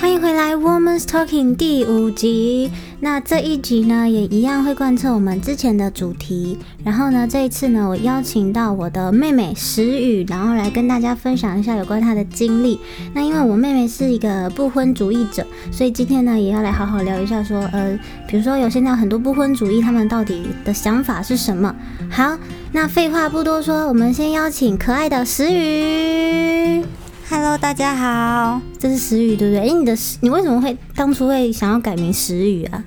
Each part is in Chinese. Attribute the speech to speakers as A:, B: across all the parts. A: 欢迎回来《Woman's Talking》第五集。那这一集呢，也一样会贯彻我们之前的主题。然后呢，这一次呢，我邀请到我的妹妹石宇，然后来跟大家分享一下有关她的经历。那因为我妹妹是一个不婚主义者，所以今天呢，也要来好好聊一下说，呃，比如说有现在很多不婚主义，他们到底的想法是什么？好，那废话不多说，我们先邀请可爱的石宇。
B: Hello，大家好。
A: 这是石宇对不对？哎、你的石你为什么会当初会想要改名石宇啊？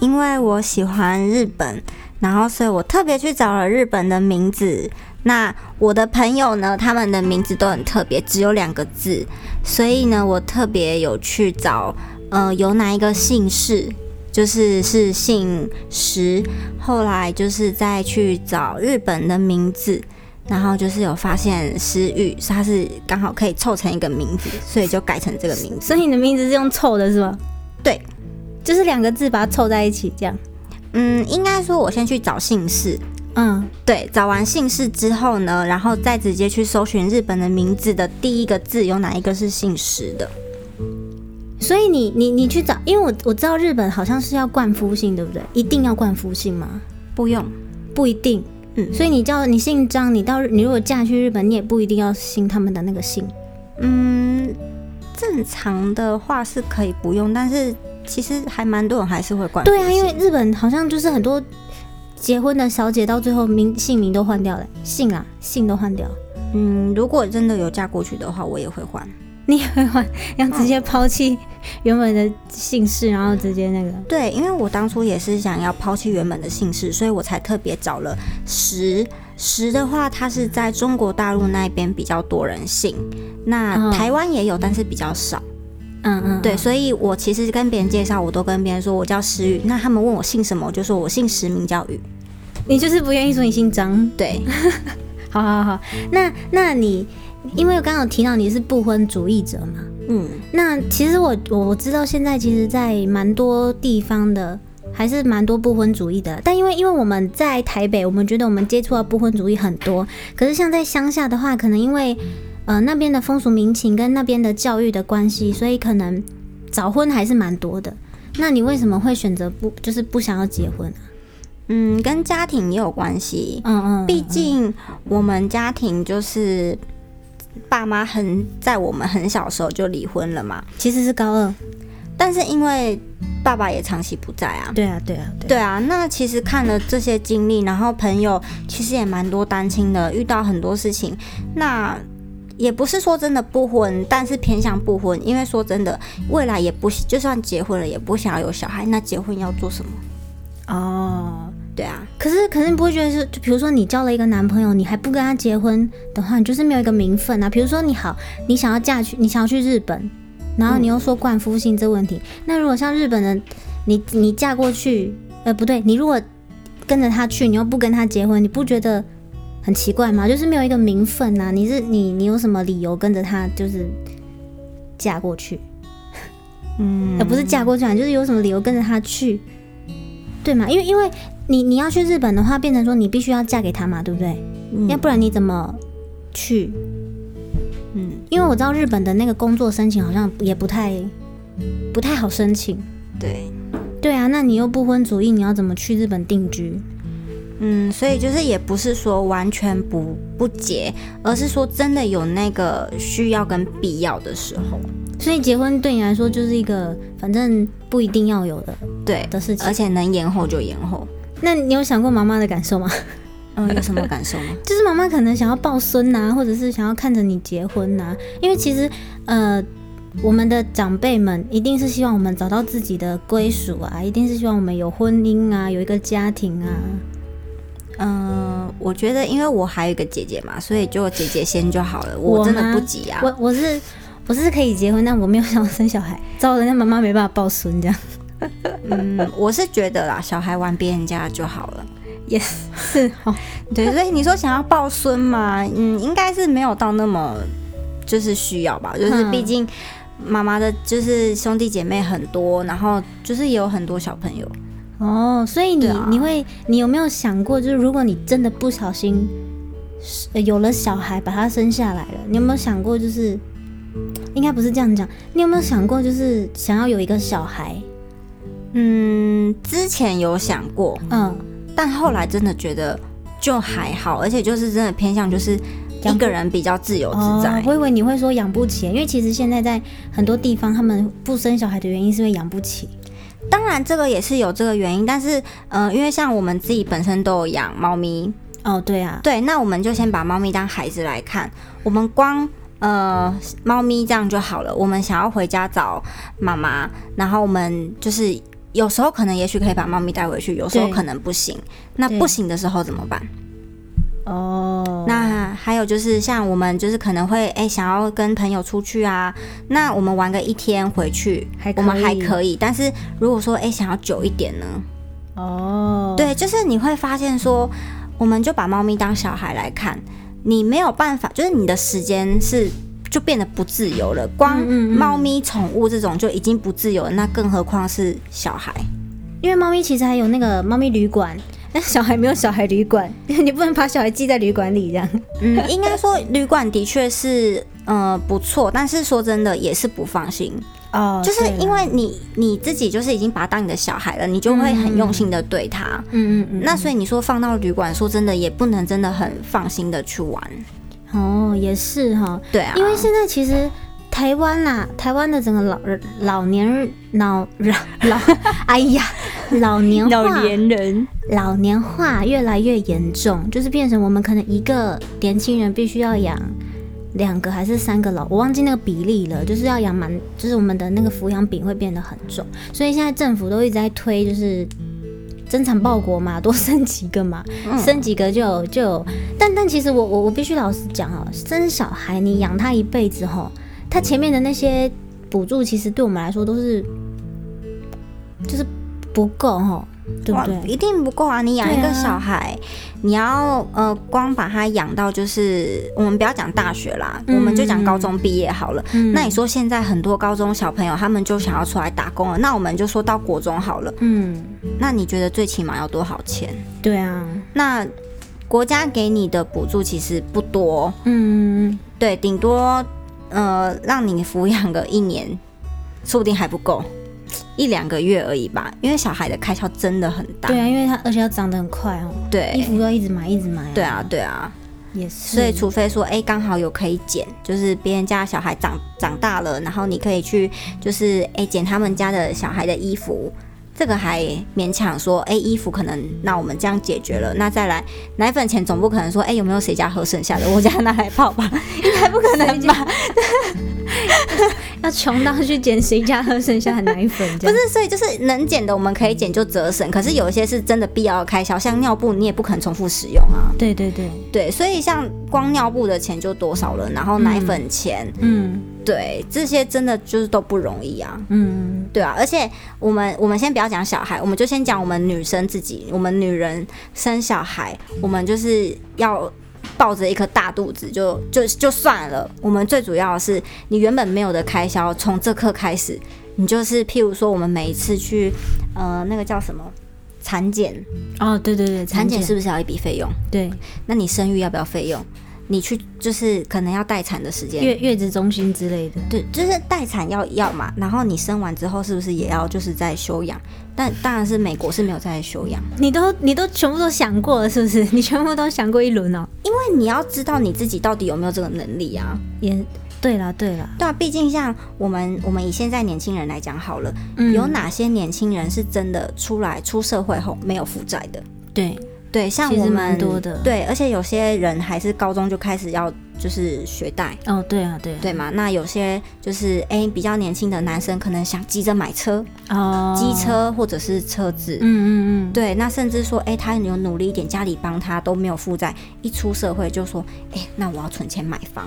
B: 因为我喜欢日本，然后所以我特别去找了日本的名字。那我的朋友呢，他们的名字都很特别，只有两个字，所以呢，我特别有去找，呃，有哪一个姓氏，就是是姓石。后来就是再去找日本的名字。然后就是有发现石玉，它是刚好可以凑成一个名字，所以就改成这个名字。
A: 所以你的名字是用凑的是吗？
B: 对，
A: 就是两个字把它凑在一起这样。
B: 嗯，应该说我先去找姓氏，
A: 嗯，
B: 对，找完姓氏之后呢，然后再直接去搜寻日本的名字的第一个字有哪一个是姓石的。
A: 所以你你你去找，因为我我知道日本好像是要冠夫姓，对不对？一定要冠夫姓吗？
B: 不用，
A: 不一定。
B: 嗯
A: 所以你叫你姓张，你到日你如果嫁去日本，你也不一定要姓他们的那个姓。
B: 嗯，正常的话是可以不用，但是其实还蛮多人还是会管。
A: 对啊，因为日本好像就是很多结婚的小姐到最后名姓名都换掉了，姓啊姓都换掉，
B: 嗯，如果真的有嫁过去的话，我也会换。
A: 你也会换，要直接抛弃原本的姓氏，然后直接那个。
B: 对，因为我当初也是想要抛弃原本的姓氏，所以我才特别找了石。石的话，它是在中国大陆那边比较多人姓，那
A: 嗯
B: 台湾也有，但是比较少。
A: 嗯嗯，
B: 对，所以我其实跟别人介绍，我都跟别人说我叫石宇，那他们问我姓什么，我就说我姓石，名叫宇。
A: 你就是不愿意说你姓张。
B: 对，
A: 好好好，那那你因为我刚刚有提到你是不婚主义者嘛，
B: 嗯，
A: 那其实我我我知道现在其实，在蛮多地方的。还是蛮多不婚主义的，但因为因为我们在台北，我们觉得我们接触到不婚主义很多，可是像在乡下的话，可能因为呃那边的风俗民情跟那边的教育的关系，所以可能早婚还是蛮多的。那你为什么会选择不就是不想要结婚啊？
B: 嗯，跟家庭也有关系，
A: 嗯嗯，
B: 毕竟我们家庭就是爸妈很在我们很小的时候就离婚了嘛，
A: 其实是高二。
B: 但是因为爸爸也长期不在啊，
A: 对啊对啊对啊
B: 对啊，那其实看了这些经历，然后朋友其实也蛮多单亲的，遇到很多事情，那也不是说真的不婚，但是偏向不婚，因为说真的，未来也不就算结婚了，也不想要有小孩，那结婚要做什么？
A: 哦。
B: 对啊，
A: 可是，可是你不会觉得是，就比如说你交了一个男朋友，你还不跟他结婚的话，你就是没有一个名分啊。比如说你好，你想要嫁去，你想要去日本，然后你又说冠夫姓这问题，那如果像日本人，你你嫁过去，呃，不对，你如果跟着他去，你又不跟他结婚，你不觉得很奇怪吗？就是没有一个名分呐、你是你你有什么理由跟着他就是嫁过去？
B: 嗯
A: 呃，不是嫁过去啊，就是有什么理由跟着他去，对吗？因为因为你你要去日本的话，变成说你必须要嫁给他嘛，对不对？要不然你怎么去？
B: 嗯，
A: 因为我知道日本的那个工作申请好像也不太不太好申请。
B: 对，
A: 对啊，那你又不婚主义，你要怎么去日本定居？
B: 嗯，所以就是也不是说完全不不结，而是说真的有那个需要跟必要的时候，
A: 所以结婚对你来说就是一个反正不一定要有的
B: 对，
A: 的事情
B: 而。且能延后就延后。
A: 那你有想过妈妈的感受吗？
B: 嗯，有什么感受 吗？
A: 就是妈妈可能想要抱孙呐、或者是想要看着你结婚呐、啊因为其实呃，我们的长辈们一定是希望我们找到自己的归属啊，一定是希望我们有婚姻啊，有一个家庭啊。
B: 嗯，我觉得因为我还有一个姐姐嘛，所以就姐姐先就好了。我
A: 我
B: 真的
A: 吗
B: 不急啊。
A: 我我是我是可以结婚，但我没有想要生小孩，糟了，那妈妈没办法抱孙这样。
B: 嗯，我是觉得啦，小孩玩别人家就好了。
A: Yes，是哦好，
B: 对，所以你说想要抱孙嘛，嗯，应该是没有到那么就是需要吧，就是
A: 嗯
B: 毕竟妈妈的就是兄弟姐妹很多，然后就是也有很多小朋友。
A: 哦，所以你、
B: 对啊
A: 你会你有没有想过，就是如果你真的不小心、呃有了小孩，把他生下来了，你有没有想过，就是应该不是这样讲。你有没有想过，就是想要有一个小孩？
B: 嗯，之前有想过，
A: 嗯，
B: 但后来真的觉得就还好，而且就是真的偏向就是一个人比较自由自在。
A: 我以为你哦会说养不起，因为其实现在在很多地方，他们不生小孩的原因是因为养不起。
B: 当然这个也是有这个原因，但是呃，因为像我们自己本身都有养猫咪，
A: 哦，对啊，
B: 对，那我们就先把猫咪当孩子来看，我们光。呃，猫咪这样就好了。我们想要回家找妈妈，然后我们就是有时候可能也许可以把猫咪带回去，有时候
A: 对
B: 可能不行。那
A: 对
B: 不行的时候怎么办？
A: 哦，
B: 那还有就是，像我们就是可能会哎、诶想要跟朋友出去啊，那我们玩个一天回去，
A: 还可
B: 我
A: 以
B: 们还可以。但是如果说哎、诶想要久一点呢，
A: 哦，，
B: 对，就是你会发现说，我们就把猫咪当小孩来看，你没有办法，就是你的时间是。就变得不自由了，光
A: 嗯嗯嗯
B: 猫咪宠物这种就已经不自由了，那更何况是小孩？
A: 因为猫咪其实还有那个猫咪旅馆，但小孩没有小孩旅馆， 你不能把小孩寄在旅馆里这样。
B: 嗯，应该说旅馆的确是呃不错，但是说真的也是不放心，
A: 哦
B: 就是因
A: 为，
B: 为你你自己就是已经把它当你的小孩了，你就会很用心的对它。
A: 嗯嗯嗯，
B: 那所以你说放到旅馆，说真的也不能真的很放心的去玩，
A: 哦也是哈，
B: 对啊，
A: 因为现在其实台湾啦、台湾的整个老老年老老老， 哎呀，老年化
B: 人，
A: 老年化越来越严重，就是变成我们可能一个年轻人必须要养两个还是三个老，我忘记那个比例了，就是要养满，就是我们的那个抚养比会变得很重，所以现在政府都一直在推，就是增产报国嘛，多生几个嘛，
B: 嗯
A: 生几个就有就有，但但其实我我我必须老实讲哦，生小孩你养他一辈子吼，他前面的那些补助其实对我们来说都是就是不够吼，对不
B: 哇
A: 对？
B: 一定不够啊！你养一
A: 对
B: 个
A: 啊
B: 小孩，你要呃光把它养到就是我们不要讲大学啦，
A: 嗯
B: 我们就讲高中毕业好了。
A: 嗯
B: 那你说现在很多高中小朋友他们就想要出来打工了，那我们就说到国中好了。
A: 嗯，
B: 那你觉得最起码要多少钱？
A: 对啊，
B: 那国家给你的补助其实不多，
A: 嗯，
B: 对，顶多呃让你抚养个一年，说不定还不够，一两个月而已吧。因为小孩的开销真的很大，
A: 对啊，因为它而且要长得很快哦，衣
B: 对
A: 服要一直买，一直买、啊，
B: 对，啊，对啊。
A: 也是，
B: 所以除非说，哎、刚好有可以捡，就是别人家的小孩长长大了，然后你可以去就是哎捡、他们家的小孩的衣服。这个还勉强说，哎、衣服可能那我们这样解决了，那再来奶粉钱总不可能说，哎、有没有谁家喝剩下的，我家 拿来泡吧， 应该不可能吧？
A: 要穷到去捡谁家喝剩下的奶粉，
B: 不
A: 这样，
B: 是，所以就是能减的我们可以减就折省，可是有一些是真的必要的开销，像尿布你也不可能重复使用啊。
A: 对对对，
B: 对，所以像光尿布的钱就多少了，然后奶粉钱，
A: 嗯
B: 对这些真的就是都不容易啊。
A: 嗯，
B: 对啊，而且我们我们先不要讲小孩，我们就先讲我们女生自己，我们女人生小孩，我们就是要抱着一颗大肚子就就就算了。我们最主要的是，你原本没有的开销，从这刻开始，你就是譬如说，我们每一次去呃那个叫什么产检，
A: 哦，对对对，
B: 产检是不是要一笔费用？
A: 对
B: 那你生育要不要费用？你去就是可能要待产的时间，
A: 月月子中心之类的，
B: 对，就是待产要要嘛，然后你生完之后是不是也要就是在休养？但当然是美国是没有在休养，
A: 你都你都全部都想过了，是不是？ 你全部都想过一轮哦，
B: 因为你要知道你自己到底有没有这个能力啊。
A: 也对啦对啦，
B: 对啊，毕竟像我们我们以现在年轻人来讲好了，
A: 嗯
B: 有哪些年轻人是真的出来出社会后没有负债的？
A: 对，
B: 对，像
A: 其实
B: 我们
A: 蛮多的
B: 对，而且有些人还是高中就开始要就是学贷。
A: 哦对啊对啊，
B: 对嘛？那有些就是哎、比较年轻的男生可能想急着买车、
A: 哦，
B: 机，车或者是车子，
A: 嗯嗯嗯，
B: 对，那甚至说，哎、他有努力一点，家里帮他都没有负债，一出社会就说，哎、那我要存钱买房。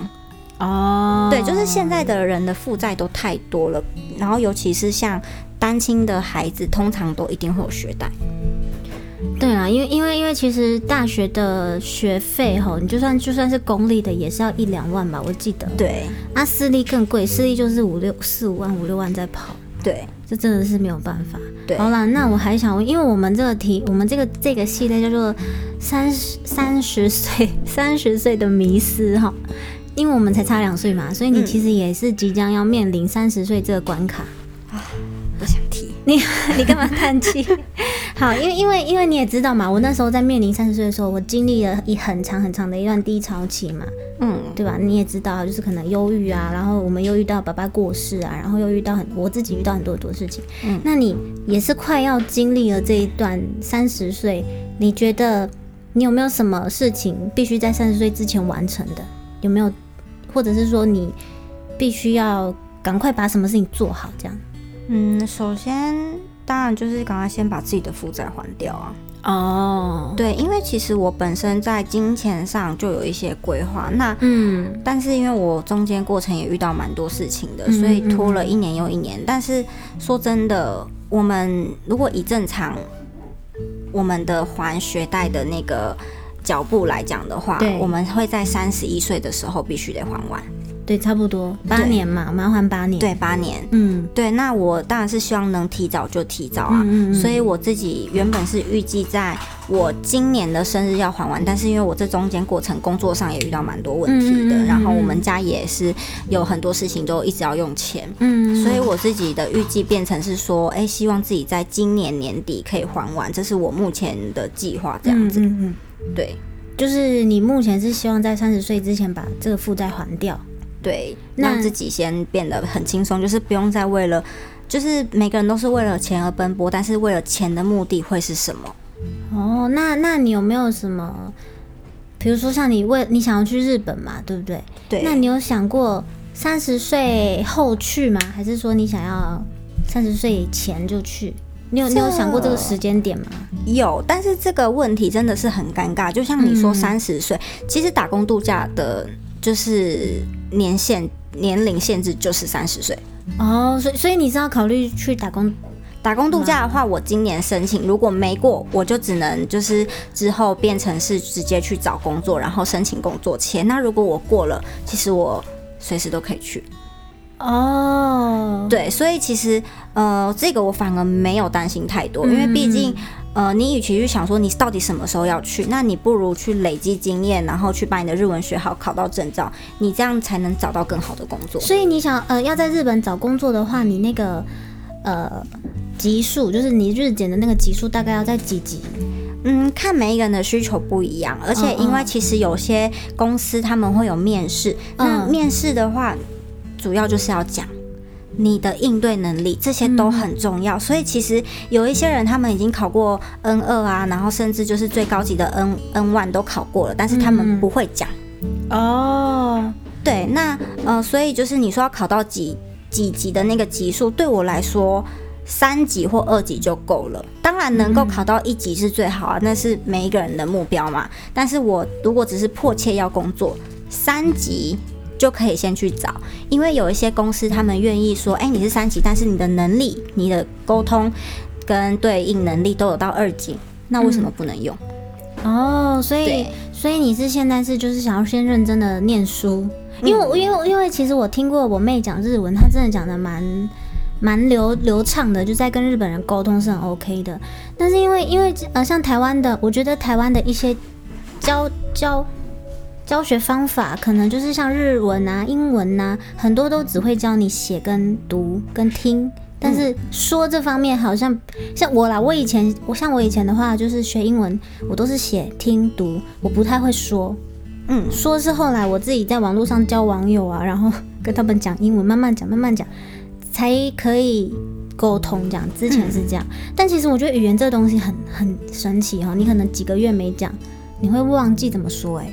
A: 哦，
B: 对，就是现在的人的负债都太多了，然后尤其是像单亲的孩子，通常都一定会有学贷。
A: 对啦，因为因为因为其实大学的学费吼，你就算就算是公立的，也是要一两万吧，我记得。
B: 对
A: 啊，私立更贵，私立就是五六四五万五六万在跑，
B: 对，
A: 这真的是没有办法。
B: 对
A: 好啦，那我还想问，因为我们这个题，我们这个这个 系列叫做三十三十岁三十岁的迷思哈。因为我们才差两岁嘛，所以你
B: 嗯
A: 其实也是即将要面临三十岁这个关卡。
B: 不想提。
A: 你 你干嘛叹 气？好，因为因为因为你也知道嘛，我那时候在面临三十岁的时候，我经历了一很长很长的一段低潮期嘛，
B: 嗯，
A: 对吧？你也知道，就是可能忧郁啊，然后我们又遇到爸爸过世啊，然后又遇到很我自己遇到很多很多事情。
B: 嗯
A: 那你也是快要经历了这一段三十岁，你觉得你有没有什么事情必须在三十岁之前完成的？有没有，或者是说你必须要赶快把什么事情做好这样？
B: 嗯，首先当然就是赶快先把自己的负债还掉啊。
A: 哦，
B: 对，因为其实我本身在金钱上就有一些规划，那
A: 嗯，
B: 但是因为我中间过程也遇到蛮多事情的，
A: 嗯
B: 所以拖了一年又一年。但是说真的，我们如果以正常我们的还学贷的那个脚步来讲的话
A: 对，
B: 我们会在三十一岁的时候必须得还完，
A: 对，差不多八年嘛，我们要还八年。，
B: 对，八年。
A: 嗯，
B: 对，那我当然是希望能提早就提早啊。
A: 嗯嗯嗯
B: 所以我自己原本是预计在我今年的生日要还完，但是因为我这中间过程工作上也遇到蛮多问题的，
A: 嗯嗯嗯嗯
B: 然后我们家也是有很多事情都一直要用钱，
A: 嗯，
B: 所以我自己的预计变成是说，哎、希望自己在今年年底可以还完，这是我目前的计划，这样子。
A: 嗯嗯嗯
B: 对
A: 就是你目前是希望在三十岁之前把这个负债还掉。
B: 对，
A: 那
B: 让自己先变得很轻松，就是不用再为了。就是每个人都是为了钱而奔波，但是为了钱的目的会是什么？
A: 哦，那那你有没有什么，比如说像你为你想要去日本嘛，对不对？
B: 对，
A: 那你有想过三十岁后去吗？还是说你想要三十岁前就去？你有你有
B: 这
A: 想过这个时间点吗？
B: 有，但是这个问题真的是很尴尬。就像你说，
A: 嗯
B: 三十岁，其实打工度假的，就是年限年龄限制就是三十岁。
A: 哦，所以所以你是要考虑去打工？
B: 打工度假的话，我今年申请，如果没过，我就只能就是之后变成是直接去找工作，然后申请工作签。那如果我过了，其实我随时都可以去。
A: 哦，
B: 对，所以其实呃，这个我反而没有担心太多，因为毕竟。呃，你与其去想说你到底什么时候要去，那你不如去累积经验，然后去把你的日文学好，考到证照，你这样才能找到更好的工作。
A: 所以你想呃要在日本找工作的话，你那个呃级数，就是你日检的那个级数，大概要在几级？
B: 嗯，看每一个人的需求不一样，而
A: 嗯
B: 且因为其实有些公司他们会有面试，那
A: 嗯
B: 面试的话，主要就是要讲。你的应对能力，这些都很重
A: 嗯
B: 要。所以其实有一些人，他们已经考过 N 二啊，然后甚至就是最高级的 N N one 都考过了，但是他
A: 嗯嗯
B: 们不会讲。
A: 哦，
B: 对，那呃，所以就是你说要考到几几级的那个级数，对我来说。三级或二级就够了，当然能够考到一级是最好啊，那是每一个人的目标嘛。但是我如果只是迫切要工作，三级就可以先去找，因为有一些公司他们愿意说，哎、你是三级，但是你的能力、你的沟通跟对应能力都有到二级，那为什么不能用？
A: 哦，所以
B: 对
A: 所以你是现在是就是想要先认真的念书，因为我、因为因为其实我听过我妹讲日文，她真的讲的蛮蛮流流畅的，就在跟日本人沟通是很 OK 的。但是因为因为呃像台湾的，我觉得台湾的一些教教教学方法，可能就是像日文啊、英文呐、很多都只会教你写跟读跟听。但是说这方面好像像我啦，我以前我像我以前的话，就是学英文，我都是写听读，我不太会说。
B: 嗯，
A: 说是后来我自己在网络上交网友啊，然后跟他们讲英文，慢慢讲，慢慢讲，才可以沟通。这样之前是这样，
B: 嗯
A: 但其实我觉得语言这东西很很神奇哦，你可能几个月没讲，你会忘记怎么说、欸。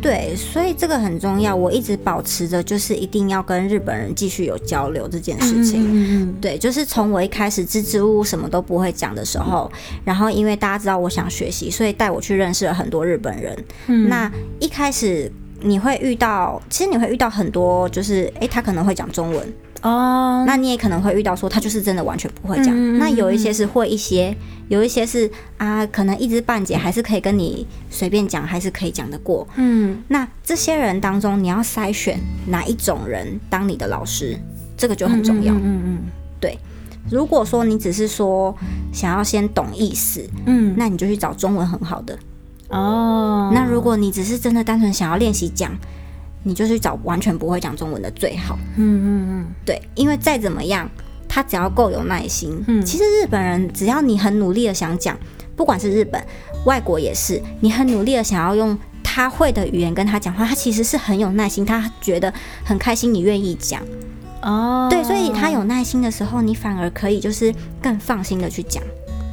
B: 对，所以这个很重要。我一直保持着就是一定要跟日本人继续有交流这件
A: 哎，
B: 事情。
A: 嗯
B: 对，就是从我一开始支支吾吾什么都不会讲的时候，然后因为大家知道我想学习，所以带我去认识了很多日本人。
A: 嗯
B: 那一开始你会遇到，其实你会遇到很多，就是诶，他可能会讲中文，
A: 哦，
B: 那你也可能会遇到说他就是真的完全不会讲。
A: 嗯嗯嗯
B: 那有一些是会一些，有一些是啊，可能一知半解，还是可以跟你随便讲，还是可以讲得过。
A: 嗯，
B: 那这些人当中，你要筛选哪一种人当你的老师，这个就很重要。
A: 嗯嗯
B: 如果说你只是说想要先懂意思，
A: 嗯嗯，
B: 那你就去找中文很好的。
A: 哦，
B: 那如果你只是真的单纯想要练习讲，你就去找完全不会讲中文的最好。
A: 嗯嗯
B: 对，因为再怎么样，他只要够有耐心，
A: 嗯
B: 其实日本人只要你很努力的想讲，不管是日本、外国也是，你很努力的想要用他会的语言跟他讲话，他其实是很有耐心，他觉得很开心，你愿意讲，
A: 嗯，哦，
B: 对，所以他有耐心的时候，你反而可以就是更放心的去讲。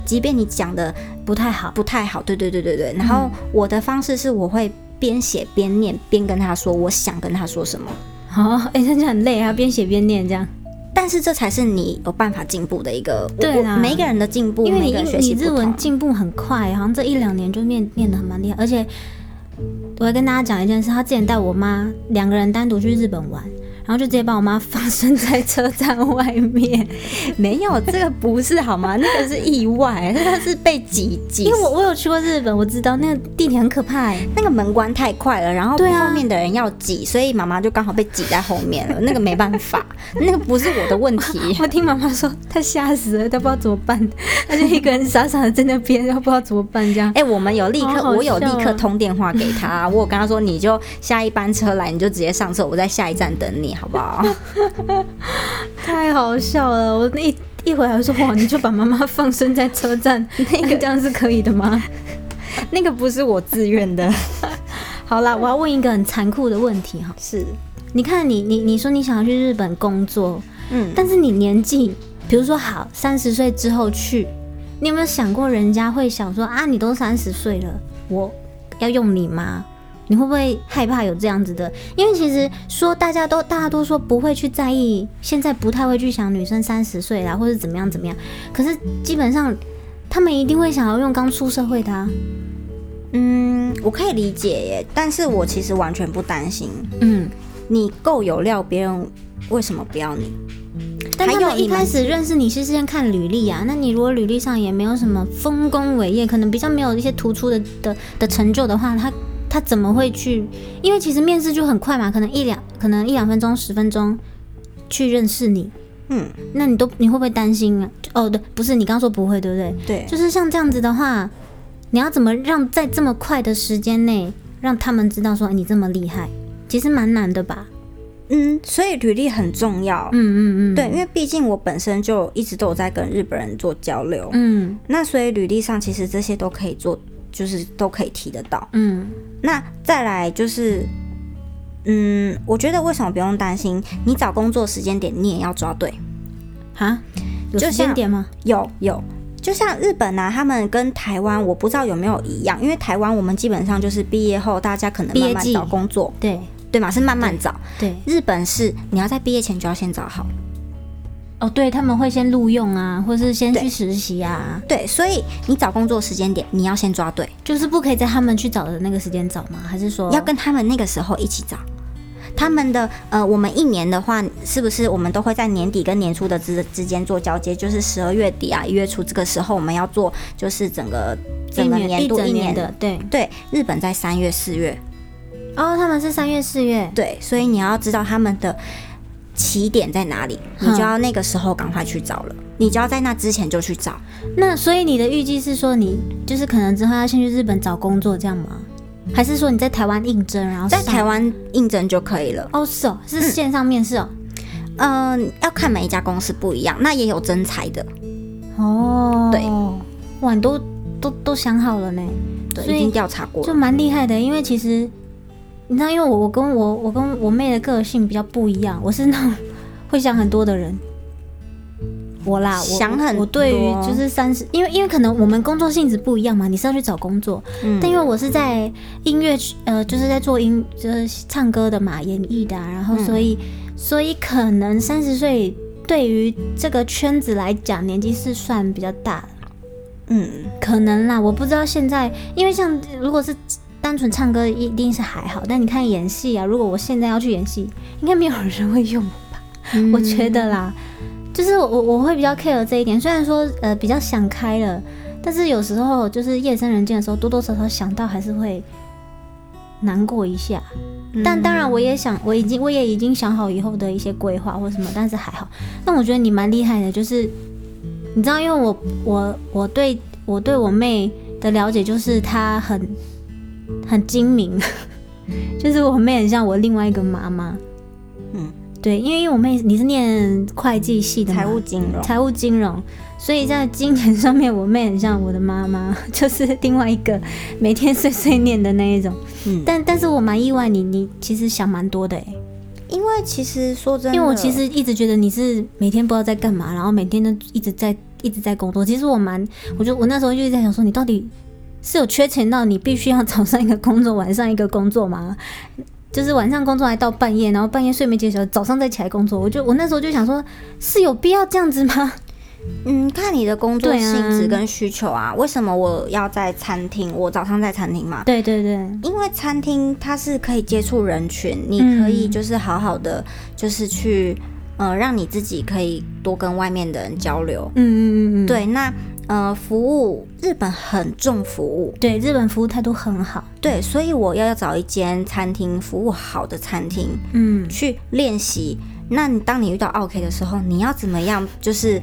B: 即便你讲的
A: 不太好，
B: 不太好，对对对对对。
A: 嗯
B: 然后我的方式是，我会边写边念，边跟他说我想跟他说什么。
A: 哦， 哎、真的很累，还要边写边念这样，
B: 但是这才是你有办法进步的一个，我
A: 对
B: 我
A: 啦
B: 每一个人的进步，
A: 因为你
B: 每个人
A: 英
B: 学
A: 你
B: 习
A: 日
B: 不
A: 文
B: 同。
A: 进步很快，好像这一两年就念念得很蛮厉害，而且我要跟大家讲一件事，他之前带我妈两个人单独去日本玩。然后就直接把我妈放生在车站外 面，
B: 没有这个不是 好吗？那个是意外，那个是被挤挤
A: 因为我我有去过日本，我知道那个地铁很可怕、欸。
B: 那个门关太快了，然后
A: 对啊
B: 后面的人要挤，所以妈妈就刚好被挤在后面了。那个没办法， 那个不是我的问 题。
A: 我听妈妈说，她吓死了，她不知道怎么办，她就一个人傻傻的在那边，她不知道怎么办这样。
B: 哎、我们有立刻，
A: 好好
B: 我有立
A: 笑
B: 刻
A: 啊
B: 通电话给 他，我有跟他说，你就下一班车来，你就直接上车，我在下一站等你，好不 好？
A: 太好笑了！我那一一回来我说哇，你就把妈妈放生在车 站，那个 这样是可以的吗？
B: 那个不是我自愿的，
A: 好啦，我要问一个很残酷的问题哈。
B: 是，
A: 你看你，你你说你想要去日本工作，
B: 嗯，
A: 但是你年纪，比如说好三十岁之后去，你有没有想过人家会想说啊，你都三十岁了，我要用你吗？你会不会害怕有这样子的？因为其实说大家都大家都说不会去在意，现在不太会去想女生三十岁啦，或者怎么样怎么样。可是基本上他们一定会想要用刚出社会的、啊，
B: 嗯，我可以理解耶，但是我其实完全不担心。
A: 嗯。
B: 你够有料，别人为什么不要你？
A: 但他
B: 还有
A: 们
B: 你
A: 一
B: 们
A: 开始认识你是先看履历啊，那你如果履历上也没有什么丰功伟业，可能比较没有一些突出的的的成就的话，他他怎么会去？因为其实面试就很快嘛，可能一两可能一两分钟、十分钟去认识你，
B: 嗯，
A: 那你都你会不会担心啊？就哦，对，不是你刚说不会，对不对？
B: 对，
A: 就是像这样子的话，你要怎么让在这么快的时间内让他们知道说哎你这么厉害？其实蛮难的吧？
B: 嗯，所以履历很重要。
A: 嗯嗯嗯，
B: 对，因为毕竟我本身就一直都有在跟日本人做交流，
A: 嗯
B: 那所以履历上其实这些都可以做，就是都可以提得到。
A: 嗯
B: 那再来就是，嗯，我觉得为什么不用担心？你找工作时间点你也要抓对，
A: 哈，有
B: 就
A: 时间
B: 像
A: 点吗？
B: 有有，就像日本啊，他们跟台湾我不知道有没有一样，因为台湾我们基本上就是毕业后大家可能
A: 毕业
B: 慢慢
A: 季
B: 找工作，
A: 对
B: 对吗？是慢慢找。
A: 对，
B: 日本是你要在毕业前就要先找好，
A: 哦，对他们会先录用啊，或是先去
B: 对
A: 实习啊，
B: 对，所以你找工作时间点你要先抓对，
A: 就是不可以在他们去找的那个时间找吗？还是说
B: 要跟他们那个时候一起找。他们的呃，我们一年的话，是不是我们都会在年底跟年初的之之间做交接？就是十二月底啊，一月初这个时候我们要做，就是整个整
A: 一
B: 个
A: 年
B: 年
A: 一
B: 度
A: 整
B: 一年
A: 的对？
B: 对，日本在三月四月，
A: 哦，他们是三月四月，
B: 对，所以你要知道他们的起点在哪里，你
A: 嗯
B: 就要那个时候赶快去找了，你就要在那之前就去找。
A: 那所以你的预计是说你就是可能之后要先去日本找工作这样吗？还是说你在台湾应征，然后
B: 在
A: 上
B: 台湾应征就可以了。
A: 哦是哦是线上面试哦、
B: 嗯、要看每一家公司不一样，那也有真才的，
A: 哦
B: 对
A: 哇你都都都想好了呢，
B: 对，
A: 所以
B: 已经调查过
A: 就
B: 了。
A: 蛮厉害的，因为其实你知道，因为我我跟我我跟我妹的个性比较不一样，我是那种 会想很多的人。我啦，我
B: 想很
A: 我我对于
B: 多
A: 就是三十，因为因为可能我们工作性质不一样嘛，你是要去找工作，
B: 嗯
A: 但因为我是在音乐区，呃，就是在做音，就是唱歌的嘛，演艺的啊、然后
B: 嗯
A: 所以、所以可能三十岁对于这个圈子来讲，年纪是算比较大的。
B: 嗯，
A: 可能啦，我不知道现在，因为像如果是单纯唱歌，一定是还好。但你看演戏啊，如果我现在要去演戏，应该没有人会用我吧？
B: 嗯
A: 我觉得啦，就是我我我会比较 care 这一点。虽然说呃比较想开了，但是有时候就是夜深人静的时候，多多少少想到还是会难过一下。
B: 嗯，
A: 但当然，我也想，我已经我也已经想好以后的一些规划或什么，但是还好。但我觉得你蛮厉害的，就是你知道，因为我我我对我对我妹的了解就是她很很精明， 就是我妹很像我另外一个妈妈。
B: 嗯，
A: 对，因为因为我妹你是念会计系的嘛
B: 财务金融，
A: 财务金融，所以在金钱上面，我妹很像我的妈妈， 就是另外一个每天碎碎念的那一种。
B: 嗯，
A: 但但是我蛮意外你，你其实想蛮多的诶，
B: 因为其实说真的，
A: 因为我其实一直觉得你是每天不知道在干嘛，然后每天都一直在一直在工作。其实我蛮，我就我那时候就一直在想说，你到底是有缺钱到你必须要早上一个工作，晚上一个工作吗？就是晚上工作还到半夜，然后半夜睡没几个小时，早上再起来工作。我就我那时候就想说，是有必要这样子吗？
B: 嗯，看你的工作
A: 对啊
B: 性质跟需求啊。为什么我要在餐厅？我早上在餐厅嘛，
A: 对对对，
B: 因为餐厅它是可以接触人群，你
A: 嗯
B: 可以就是好好的，就是去，呃，让你自己可以多跟外面的人交流。
A: 嗯嗯嗯嗯，
B: 对，那呃，服务日本很重服务，
A: 对，日本服务态度很好。
B: 对，所以我要找一间餐厅服务好的餐厅
A: 嗯，
B: 去练习。那你当你遇到 OK 的时候，你要怎么样？就是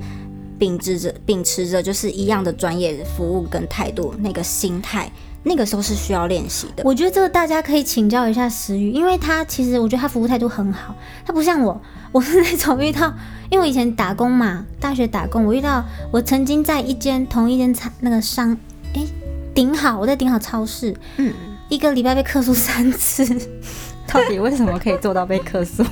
B: 秉持着秉持着就是一样的专业服务跟态度，那个心态，那个时候是需要练习的。
A: 我觉得这个大家可以请教一下石宇，因为他其实我觉得他服务态度很好，他不像我， 我是那种遇到，因为我以前打工嘛，大学打工，我遇到我曾经在一间同一间餐那个商，诶，顶好，我在顶好超市，
B: 嗯，
A: 一个礼拜被客诉三次，
C: 到底为什么可以做到被客诉？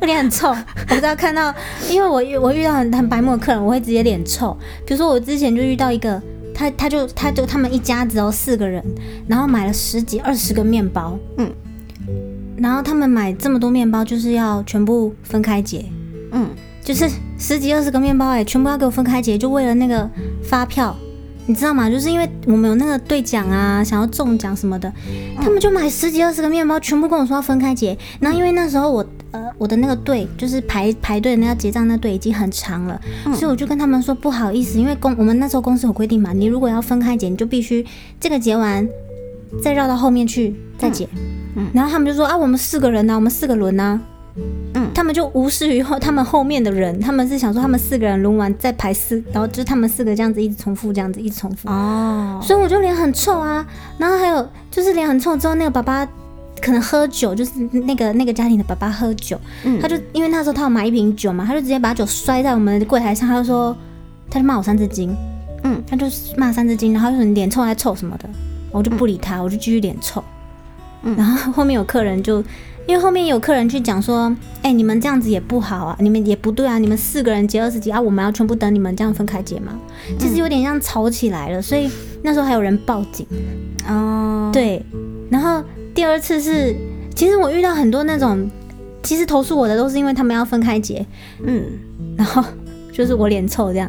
A: 我脸很臭，我只要看到，因为我遇我遇到很很白目的客人，我会直接脸臭。比如说我之前就遇到一个，他他就他就他们一家子哦四个人，然后买了十几二十个面包，
B: 嗯，
A: 然后他们买这么多面包就是要全部分开结，
B: 嗯，
A: 就是十几二十个面包哎、全部要给我分开结，就为了那个发票。你知道吗？就是因为我们有那个兑奖啊，想要中奖什么的，他们就买十几二十个面包，全部跟我说要分开结。然后因为那时候我呃我的那个队就是排排队那要结账那队已经很长了，
B: 嗯
A: 所以我就跟他们说不好意思，因为公我们那时候公司有规定嘛，你如果要分开结，你就必须这个结完再绕到后面去再结。
B: 嗯嗯
A: 然后他们就说啊，我们四个人呢、我们四个轮呢、
B: 嗯
A: 他们就无视于后他们后面的人，他们是想说他们四个人轮完再排四，然后就是他们四个这样子一直重复，这样子一直重复。
B: 哦，
A: 所以我就脸很臭啊。然后还有就是脸很臭之后，那个爸爸可能喝酒，就是那个那个家庭的爸爸喝酒，
B: 嗯
A: 他就因为那时候他有买一瓶酒嘛，他就直接把酒摔在我们的柜台上，他就说，他就骂我三字经，
B: 嗯，
A: 他就骂三字经，然后就说你脸臭还臭什么的，我就不理他，我就继续脸臭。
B: 嗯
A: 然后后面有客人就。因为后面有客人去讲说，哎、你们这样子也不好啊，你们也不对啊，你们四个人结二十几啊，我们要全部等你们这样分开结吗？其
B: 嗯
A: 实有点像吵起来了，所以那时候还有人报警。
B: 哦，，
A: 对，然后第二次是，其实我遇到很多那种，其实投诉我的都是因为他们要分开结，
B: 嗯。
A: 然后就是我脸臭这样。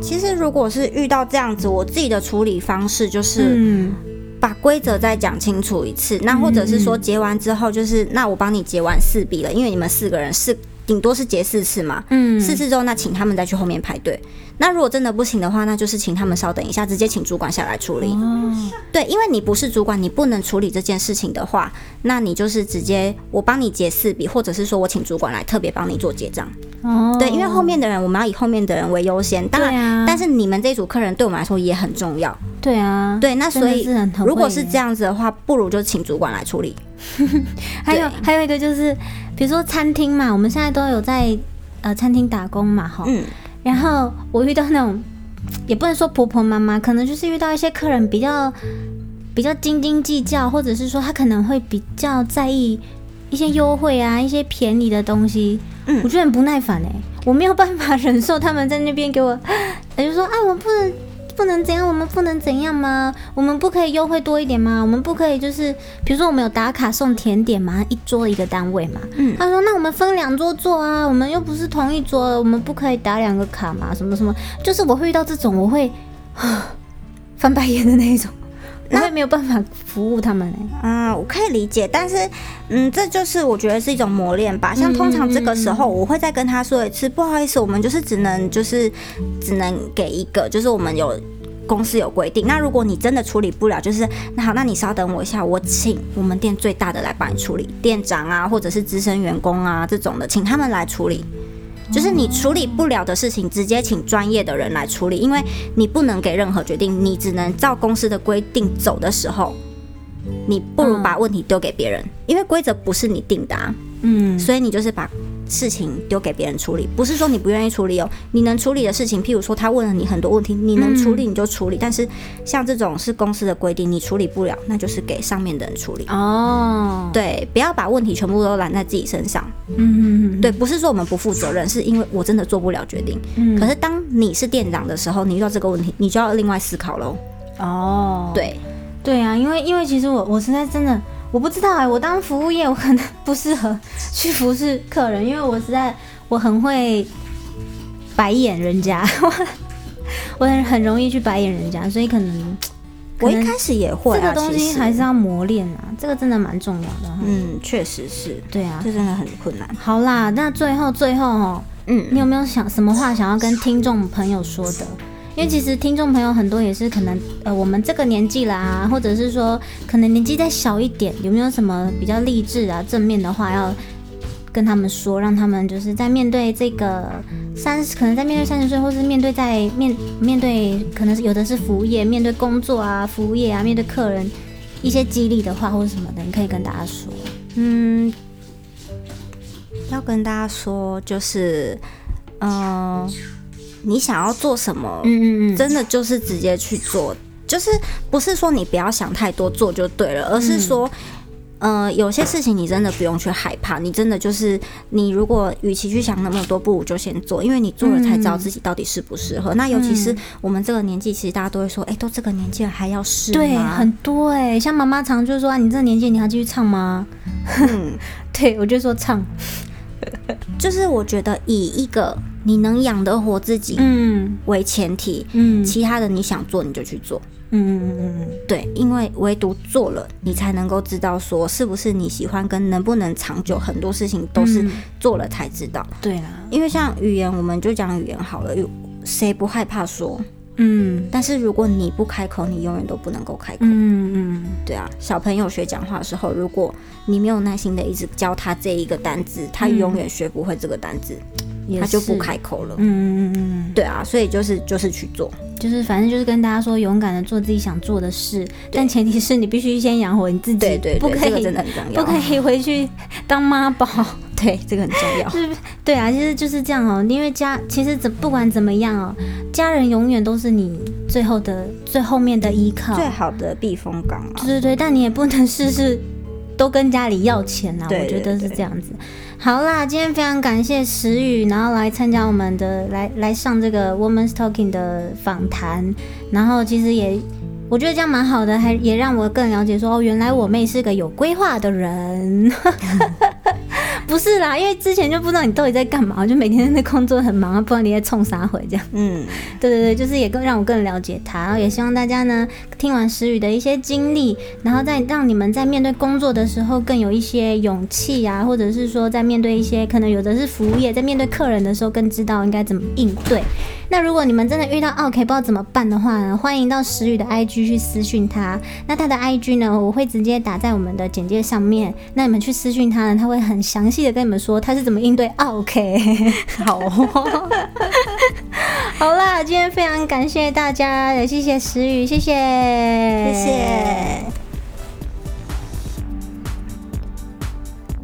B: 其实，如果是遇到这样子，我自己的处理方式就是
A: 嗯，
B: 把规则再讲清楚一次。那或者是说，
A: 嗯
B: 结完之后就是，那我帮你结完四笔了，因为你们四个人是顶多是结四次嘛。
A: 嗯，
B: 四次之后，那请他们再去后面排队。那如果真的不行的话，那就是请他们稍等一下，直接请主管下来处理。
A: 哦，
B: 对，因为你不是主管，你不能处理这件事情的话，那你就是直接我帮你结四笔，或者是说我请主管来特别帮你做结账。
A: 哦，
B: 对，因为后面的人我们要以后面的人为优先。当然
A: 对，啊，
B: 但是你们这一组客人对我们来说也很重要。
A: 对啊，
B: 对，那
A: 真
B: 所
A: 的
B: 以
A: 是很头
B: 如果
A: 会
B: 是
A: 耶
B: 这样子的话，不如就请主管来处理。
A: 还有还有一个就是，比如说餐厅嘛，我们现在都有在呃餐厅打工嘛，哈，
B: 嗯
A: 然后我遇到那种，也不能说婆婆妈妈，可能就是遇到一些客人比较比较斤斤计较，或者是说他可能会比较在意一些优惠啊、一些便宜的东西，
B: 嗯
A: 我觉得很不耐烦哎、我没有办法忍受他们在那边给我， 我就说啊，我不能。不能怎样？我们不能怎样吗？我们不可以优惠多一点吗？我们不可以就是，比如说我们有打卡送甜点嘛，一桌一个单位嘛，
B: 嗯
A: 他说：“那我们分两桌坐啊，我们又不是同一桌，我们不可以打两个卡嘛？什么什么，就是我会遇到这种，我会 啊翻白眼的那一种，我也没有办法服务他们哎、
B: 啊、我可以理解，但是嗯，这就是我觉得是一种磨练吧。像通常这个时候，我会再跟他说一次，不好意思，我们就是只能就是只能给一个，就是我们有。公司有规定，那如果你真的处理不了，就是那好，那你稍等我一下，我请我们店最大的来帮你处理，店长啊，或者是资深员工啊这种的，请他们来处理。就是你处理不了的事情，直接请专业的人来处理，因为你不能给任何决定，你只能照公司的规定走的时候，你不如把问题丢给别人，因为规则不是你定的、啊，
C: 嗯，
B: 所以你就是把事情丢给别人处理。不是说你不愿意处理哦，你能处理的事情，譬如说他问了你很多问题，你能处理你就
A: 嗯
B: 处理。但是像这种是公司的规定，你处理不了，那就是给上面的人处理。
A: 哦，
B: 对，不要把问题全部都揽在自己身上。
A: 嗯，嗯，
B: 对，不是说我们不负责任，是因为我真的做不了决定。
A: 嗯
B: 可是当你是店长的时候，你遇到这个问题，你就要另外思考喽。
A: 哦，
B: 对，
A: 对啊，因为因为其实我我实在真的我不知道哎、我当服务业我可能不适合去服侍客人，因为我实在我很会白眼人家， 我我很很容易去白眼人家，所以可能
B: 我一
A: 可能
B: 开始也会、啊，
A: 这个东
B: 其
A: 西
B: 实
A: 还是要磨练啊，这个真的蛮重要的哈。
B: 嗯，确实是，
A: 对啊，
B: 这真的很困难。
A: 好啦，那最后最后哦，
B: 嗯
A: 你有没有想什么话想要跟听众朋友说的？因为其实听众朋友很多也是可能呃我们这个年纪啦、或者是说可能年纪再小一点，有没有什么比较励志啊正面的话要跟他们说，让他们就是在面对这个三十，可能在面对三十岁，或是面对在面面对可能是有的是服务业，面对工作啊服务业啊，面对客人一些激励的话或者什么的，你可以跟大家说。
B: 嗯，要跟大家说，就是，嗯、你想要做什么，
A: 嗯嗯嗯，
B: 真的就是直接去做，就是不是说你不要想太多做就对了，而是说。呃，有些事情你真的不用去害怕，你真的就是你，如果与其去想那么多，不如就先做，因为你做了才知道自己到底适不适合。那尤其是我们这个年纪，其实大家都会说，哎、都这个年纪了还要试吗？
A: 对，很多哎、像妈妈常就说、啊：“你这个年纪你还继续唱吗
B: 嗯？”
A: 对，我就说唱。
B: 就是我觉得以一个你能养得活自己
A: 嗯
B: 为前提，
A: 嗯
B: 其他的你想做你就去做。
A: 嗯嗯嗯嗯，
B: 对，因为唯独做了，你才能够知道说是不是你喜欢跟能不能长久，很多事情都是
A: 嗯
B: 做了才知道。
A: 对啦。
B: 因为像语言，我们就讲语言好了，有谁不害怕说？
A: 嗯
B: 但是如果你不开口，你永远都不能够开口。
A: 嗯嗯
B: 对啊，小朋友学讲话的时候，如果你没有耐心的一直教他这一个单字，他
A: 嗯
B: 永远学不会这个单字，
A: 也
B: 他就不
A: 是
B: 开口了。
A: 嗯嗯嗯
B: 对啊，所以就是就是去做。
A: 嗯，就是反正就是跟大家说，勇敢的做自己想做的事，但前提是你必须先养活你自己，
B: 对对对，
A: 不可
B: 这个
A: 以、
B: 真的很重要。
A: 不可以回去当妈宝。
B: 对，这个很重要。
A: 是，对啊，其实就是这样哦、因为家其实怎不管怎么样哦、家人永远都是你最后的最后面的依靠，
B: 最好的避风港啊。
A: 对对对，但你也不能事事都跟家里要钱啦，
B: 对
A: 我觉
B: 对
A: 得是
B: 对
A: 这样子。好啦，今天非常感谢石宇，然后来参加我们的来来上这个 Woman's Talking 的访谈，然后其实也我觉得这样蛮好的，还也让我更了解说哦，原来我妹是个有规划的人。不是啦，因为之前就不知道你到底在干嘛，我就每天在工作很忙，不知道你在冲啥回这样。
B: 嗯，
A: 对对对，就是也更让我更了解他，然后也希望大家呢听完石宇的一些经历，然后再让你们在面对工作的时候更有一些勇气啊，或者是说在面对一些可能有的是服务业，在面对客人的时候更知道应该怎么应对。那如果你们真的遇到 OK 不知道怎么办的话呢，欢迎到石宇的 IG 去私讯他。那他的 IG 呢，我会直接打在我们的简介上面。那你们去私讯他呢，他会很详细的跟你们说他是怎么应对 OK。
C: 好哦，
A: 好啦，今天非常感谢大家，也谢谢石宇，谢谢，谢
B: 谢谢。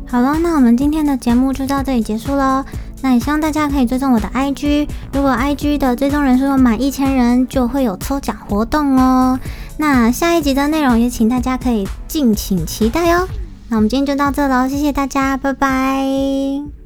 A: 好了，那我们今天的节目就到这里结束喽。那也希望大家可以追踪我的 IG，如果 IG 的追踪人数有满一千人，就会有抽奖活动哦。那下一集的内容也请大家哦可以敬请期待哦。那我们今天就到这喽，谢谢大家，拜拜。